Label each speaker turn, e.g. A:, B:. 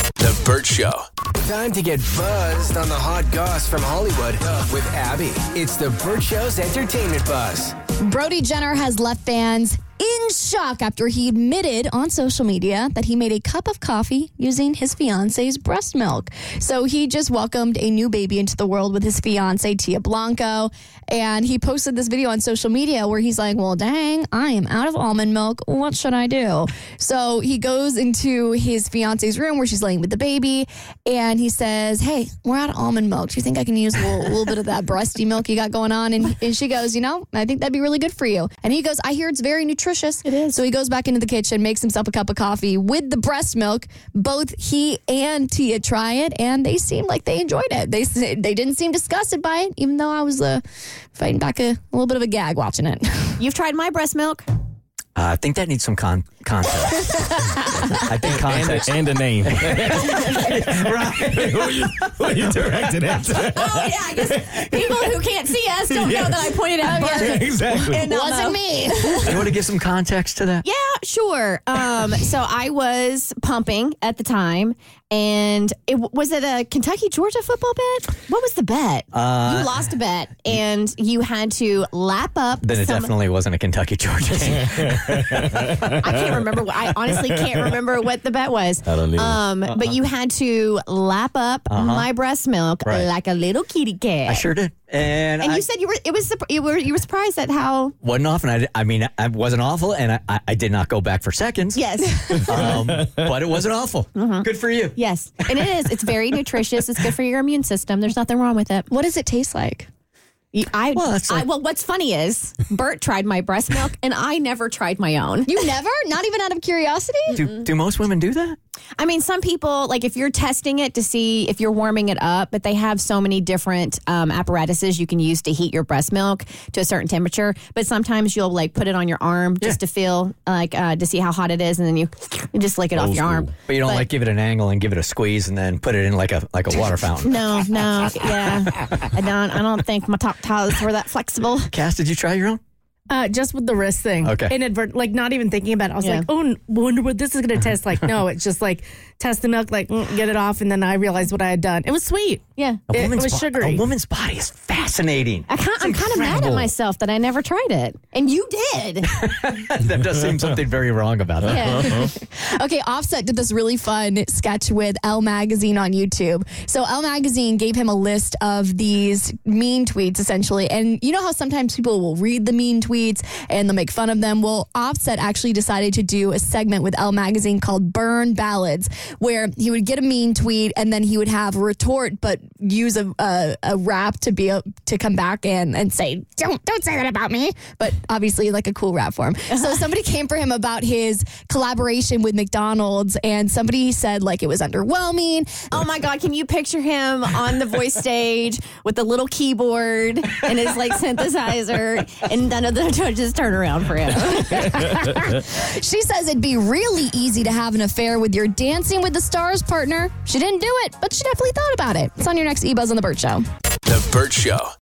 A: The Burt Show. Time to get buzzed on the hot goss from Hollywood with Abby. It's The Burt Show's entertainment buzz.
B: Brody Jenner has left fans in shock after he admitted on social media that he made a cup of coffee using his fiance's breast milk. So he just welcomed a new baby into the world with his fiancee Tia Blanco. And he posted this video on social media where he's like, Well, dang, I am out of almond milk. What should I do? So he goes into his fiance's room where she's laying with the baby and he says, Hey, we're out of almond milk. Do you think I can use a little, little bit of that breasty milk you got going on? And, and she goes, You know, I think that'd be really good for you. And he goes, I hear it's very nutritious. It is. So he goes back into the kitchen, makes himself a cup of coffee with the breast milk. Both he and Tia try it and they seemed like they enjoyed it. They, s- they didn't seem disgusted by it, even though I was uh, fighting back a, a little bit of a gag watching it.
C: You've tried my breast milk.
D: Uh, I think that needs some con- context. I think context.
E: and a name.
D: right.
E: who, you, who you directed at?
C: Oh yeah, I guess people who can't see us don't know that I pointed out. Bart
E: exactly.
C: and uh, Elmo.
B: Wasn't me.
D: You want to give some context to that?
C: Yeah, sure. Um, so I was pumping at the time, and it was it a Kentucky Georgia football bet? What was the bet?
D: Uh,
C: you lost a bet, and you had to lap up.
D: Then it
C: some-
D: definitely wasn't a Kentucky Georgia game.
C: I can't remember. what- I honestly can't remember what the bet was. I
E: don't either.
C: Um,
D: Uh-uh.
C: but you had to lap up my breast milk
D: Uh-huh. Right.
C: like a little kitty cat.
D: I sure did. And,
C: And
D: I
C: you said you were it was surp- you were you were surprised at how
D: wasn't off, and I, I mean, I wasn't awful, and I, I, I did not go back for seconds.
C: yes
D: Um, but it wasn't awful.
C: Mm-hmm.
D: Good for you.
C: yes and it is it's very nutritious it's good for your immune system there's nothing wrong with it
B: What does it taste like?
C: You- I,
D: Well, that's
C: I
D: like-
C: well what's funny is Bert tried my breast milk and I never tried my own
B: You never? Not even out of curiosity?
C: Mm-hmm.
D: Do, do most women do that?
C: I mean some people like if you're testing it to see if you're warming it up but they have so many different um, apparatuses you can use to heat your breast milk to a certain temperature but sometimes you'll like put it on your arm just to feel like uh, to see how hot it is and then you, you just lick it off
E: Old
C: your arm
E: school.
D: But you don't like give it an angle and give it a squeeze and then put it in like a like a water fountain.
C: No, no, yeah, I don't. I don't think my top ties were that flexible.
D: Cass, did you try your own?
F: Uh, just with the wrist thing.
D: Okay.
F: Inadvertent, like not even thinking about it. I was
C: Yeah.
F: like, oh, n- wonder what this is going to taste like. No, it's just like test the milk, like mm, get it off. And then I realized what I had done. It was sweet.
C: Yeah,
D: A
F: It
D: woman's
F: was
D: bo-
F: sugary.
D: A woman's body is fascinating.
C: I can't, I'm kind of mad at
D: incredible.
C: myself that I never tried it, and you did.
D: that does seem something very wrong about it.
C: Yeah.
B: Okay, Offset did this really fun sketch with Elle Magazine on YouTube. So Elle Magazine gave him a list of these mean tweets, essentially. And you know how sometimes people will read the mean tweets and they'll make fun of them? Well, Offset actually decided to do a segment with Elle Magazine called Burn Ballads, where he would get a mean tweet and then he would have a retort, but use a, a, a rap to be a, to come back and, and say, don't, don't say that about me. But obviously, like a cool rap form. So somebody came for him about his collaboration with McDonald's, and somebody said like it was underwhelming.
C: oh my God, can you picture him on the voice stage with the little keyboard and his like synthesizer, and none of the judges turn around for him?
B: She says it'd be really easy to have an affair with your Dancing with the Stars partner. She didn't do it, but she definitely thought about it. It's on your next eBuzz on the Bird Show.
A: The Burt Show.